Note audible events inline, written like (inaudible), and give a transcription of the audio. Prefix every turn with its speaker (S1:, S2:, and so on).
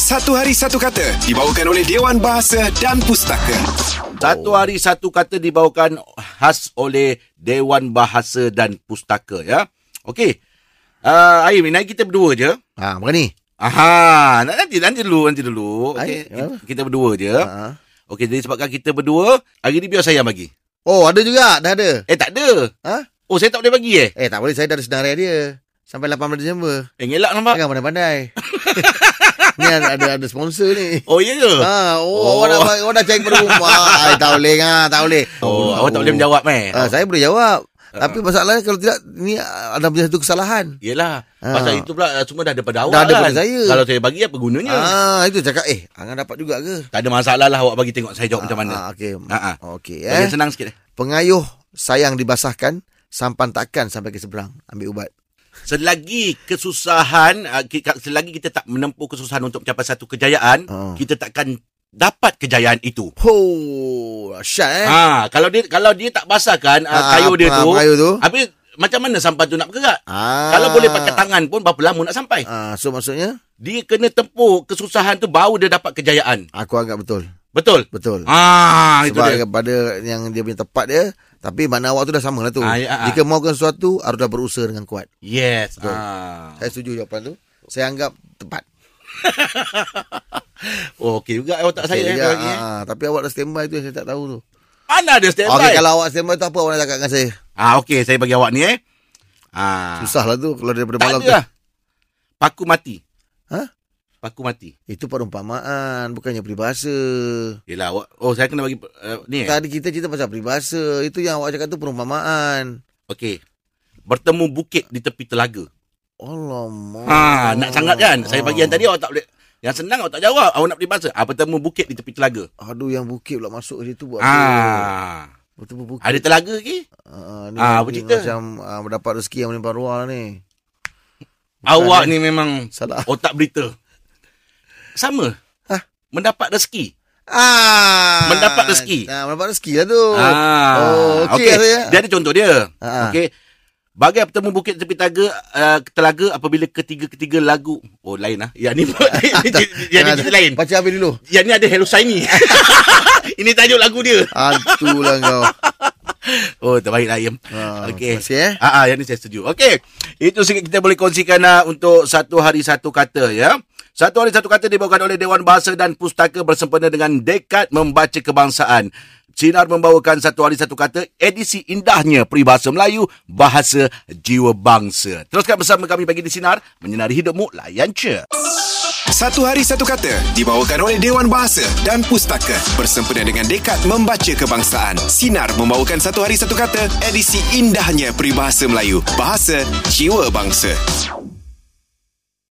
S1: Satu Hari Satu Kata dibawakan oleh Dewan Bahasa dan Pustaka.
S2: Oh.
S3: Satu hari satu kata dibawakan khas oleh Dewan Bahasa dan Pustaka ya. Okey. Uh, Aim, naik kita berdua je.
S2: Ha, bukan ni.
S3: Aha, nanti nanti dulu, nanti dulu. Okey,
S2: Aim, kenapa?
S3: kita berdua je.
S2: Ha.
S3: Okey, jadi sebabkan kita berdua, hari ni biar saya bagi.
S2: Oh, ada juga. Dah ada.
S3: Eh, tak ada.
S2: Ha?
S3: Oh, saya tak boleh bagi eh?
S2: Eh, tak boleh. Saya dah ada senarai dia. Sampai 18 Disember.
S3: Eh, ngelak nampak.
S2: Jangan
S3: (laughs)
S2: pandai-pandai. ni ada, ada, ada sponsor ni.
S3: Oh, ya ke?
S2: Ha,
S3: Oh.
S2: oh, oh. awak nak awak nak cari pada rumah. Ay, tak boleh ah, tak boleh.
S3: Oh, awak tak boleh menjawab Ah. eh?
S2: Ha, saya boleh jawab. Tapi masalahnya kalau tidak ni ada punya satu kesalahan.
S3: Yelah
S2: Ha.
S3: Pasal itu pula eh, Semua dah daripada awak
S2: Dah ada
S3: kan
S2: pada saya.
S3: Kalau saya bagi apa gunanya
S2: Ah, itu cakap eh, hang dapat juga ke?
S3: Tak ada masalah lah Awak bagi tengok saya jawab macam mana
S2: Ah, okey.
S3: Ha, ha.
S2: Okey
S3: Bagi
S2: eh.
S3: senang sikit eh.
S2: Pengayuh sayang dibasahkan, sampan takkan sampai ke seberang. Ambil ubat.
S3: Selagi kesusahan ah, ki- ka- Selagi kita tak menempuh kesusahan Untuk mencapai satu kejayaan
S2: Ha.
S3: Kita takkan dapat kejayaan itu
S2: Ho, syat eh.
S3: ha, Kalau dia kalau dia tak basahkan ah,
S2: Ah,
S3: Kayu dia
S2: ah,
S3: tu
S2: kayu tu.
S3: Habis macam mana sampan tu nak bergerak
S2: Ah.
S3: Kalau boleh pakai tangan pun Berapa lama nak sampai
S2: Ah, so maksudnya
S3: Dia kena tempuh kesusahan tu Baru dia dapat kejayaan
S2: aku anggap betul.
S3: Betul?
S2: Betul.
S3: Ah, itu
S2: Sebab
S3: dia.
S2: kepada yang dia punya tepat dia Tapi makna awak tu dah sama lah tu
S3: Ah, ya, ah.
S2: Jika mahukan sesuatu Haruslah berusaha dengan kuat
S3: Yes. Ah.
S2: Saya setuju jawapan tu Saya anggap tepat
S3: Oh, okey juga eh, otak saya eh,
S2: Saya
S3: bagi. eh.
S2: ah, Tapi awak dah standby tu yang Saya tak tahu tu
S3: Mana ada standby?
S2: Okey kalau awak standby tu Apa awak nak cakap dengan saya
S3: Ah, okey, saya bagi awak ni eh. Ah.
S2: Susah lah tu Kalau daripada
S3: tak
S2: malam
S3: ada
S2: tu
S3: lah. Paku mati.
S2: Hah?
S3: Paku mati.
S2: Itu perumpamaan Bukannya peribahasa
S3: Yelah, awak, oh saya kena bagi uh, ni eh.
S2: Tadi kita cerita pasal peribahasa Itu yang awak cakap tu perumpamaan
S3: Okey. Bertemu bukit di tepi telaga.
S2: Alamak
S3: Ha, nak sangat kan? Saya bagi yang tadi awak tak boleh. Yang senang awak tak jawab. Awak nak peribahasa. Ah, bertemu bukit di tepi telaga.
S2: Aduh yang bukit pula masuk situ buat apa
S3: Ah.
S2: Betul bukit
S3: Ada telaga ke?
S2: Ah, ni
S3: Ah,
S2: ah,
S3: apa
S2: ni
S3: cerita?
S2: macam ah, mendapat rezeki yang melimpah ruah lah ni.
S3: Awak ni memang
S2: Salah.
S3: otak berita. Sama.
S2: Hah?
S3: Mendapat rezeki.
S2: Ah,
S3: Mendapat rezeki.
S2: Ah, mendapat rezeki lah tu.
S3: Ah,
S2: Oh, okey okay. saya.
S3: Dia ada contoh dia.
S2: Ah.
S3: Okey. Bagai bertemu bukit tepi telaga, uh, telaga apabila ketiga-ketiga lagu. Oh, lain lah. Yang ni, (laughs) yang ni cerita lain.
S2: Ah, Baca habis dulu.
S3: Yang ni ada Hello (laughs) Shiny. Ini tajuk lagu dia.
S2: Antulah lah kau.
S3: Oh, terbaiklah, Ayam.
S2: Ah,
S3: Okey.
S2: terima kasih, eh.
S3: Ah, ah, yang ni saya setuju. Okey. Itu sikit kita boleh kongsikan ah, untuk satu hari satu kata, ya. Satu hari satu kata dibawakan oleh Dewan Bahasa dan Pustaka bersempena dengan Dekat Membaca Kebangsaan. Sinar membawakan satu hari satu kata edisi indahnya peribahasa Melayu, bahasa jiwa bangsa. Teruskan bersama kami pagi di Sinar, menyinari hidupmu, layan cer.
S1: Satu Hari Satu Kata dibawakan oleh Dewan Bahasa dan Pustaka bersempena dengan Dekat Membaca Kebangsaan. Sinar membawakan Satu Hari Satu Kata edisi indahnya peribahasa Melayu, bahasa jiwa bangsa.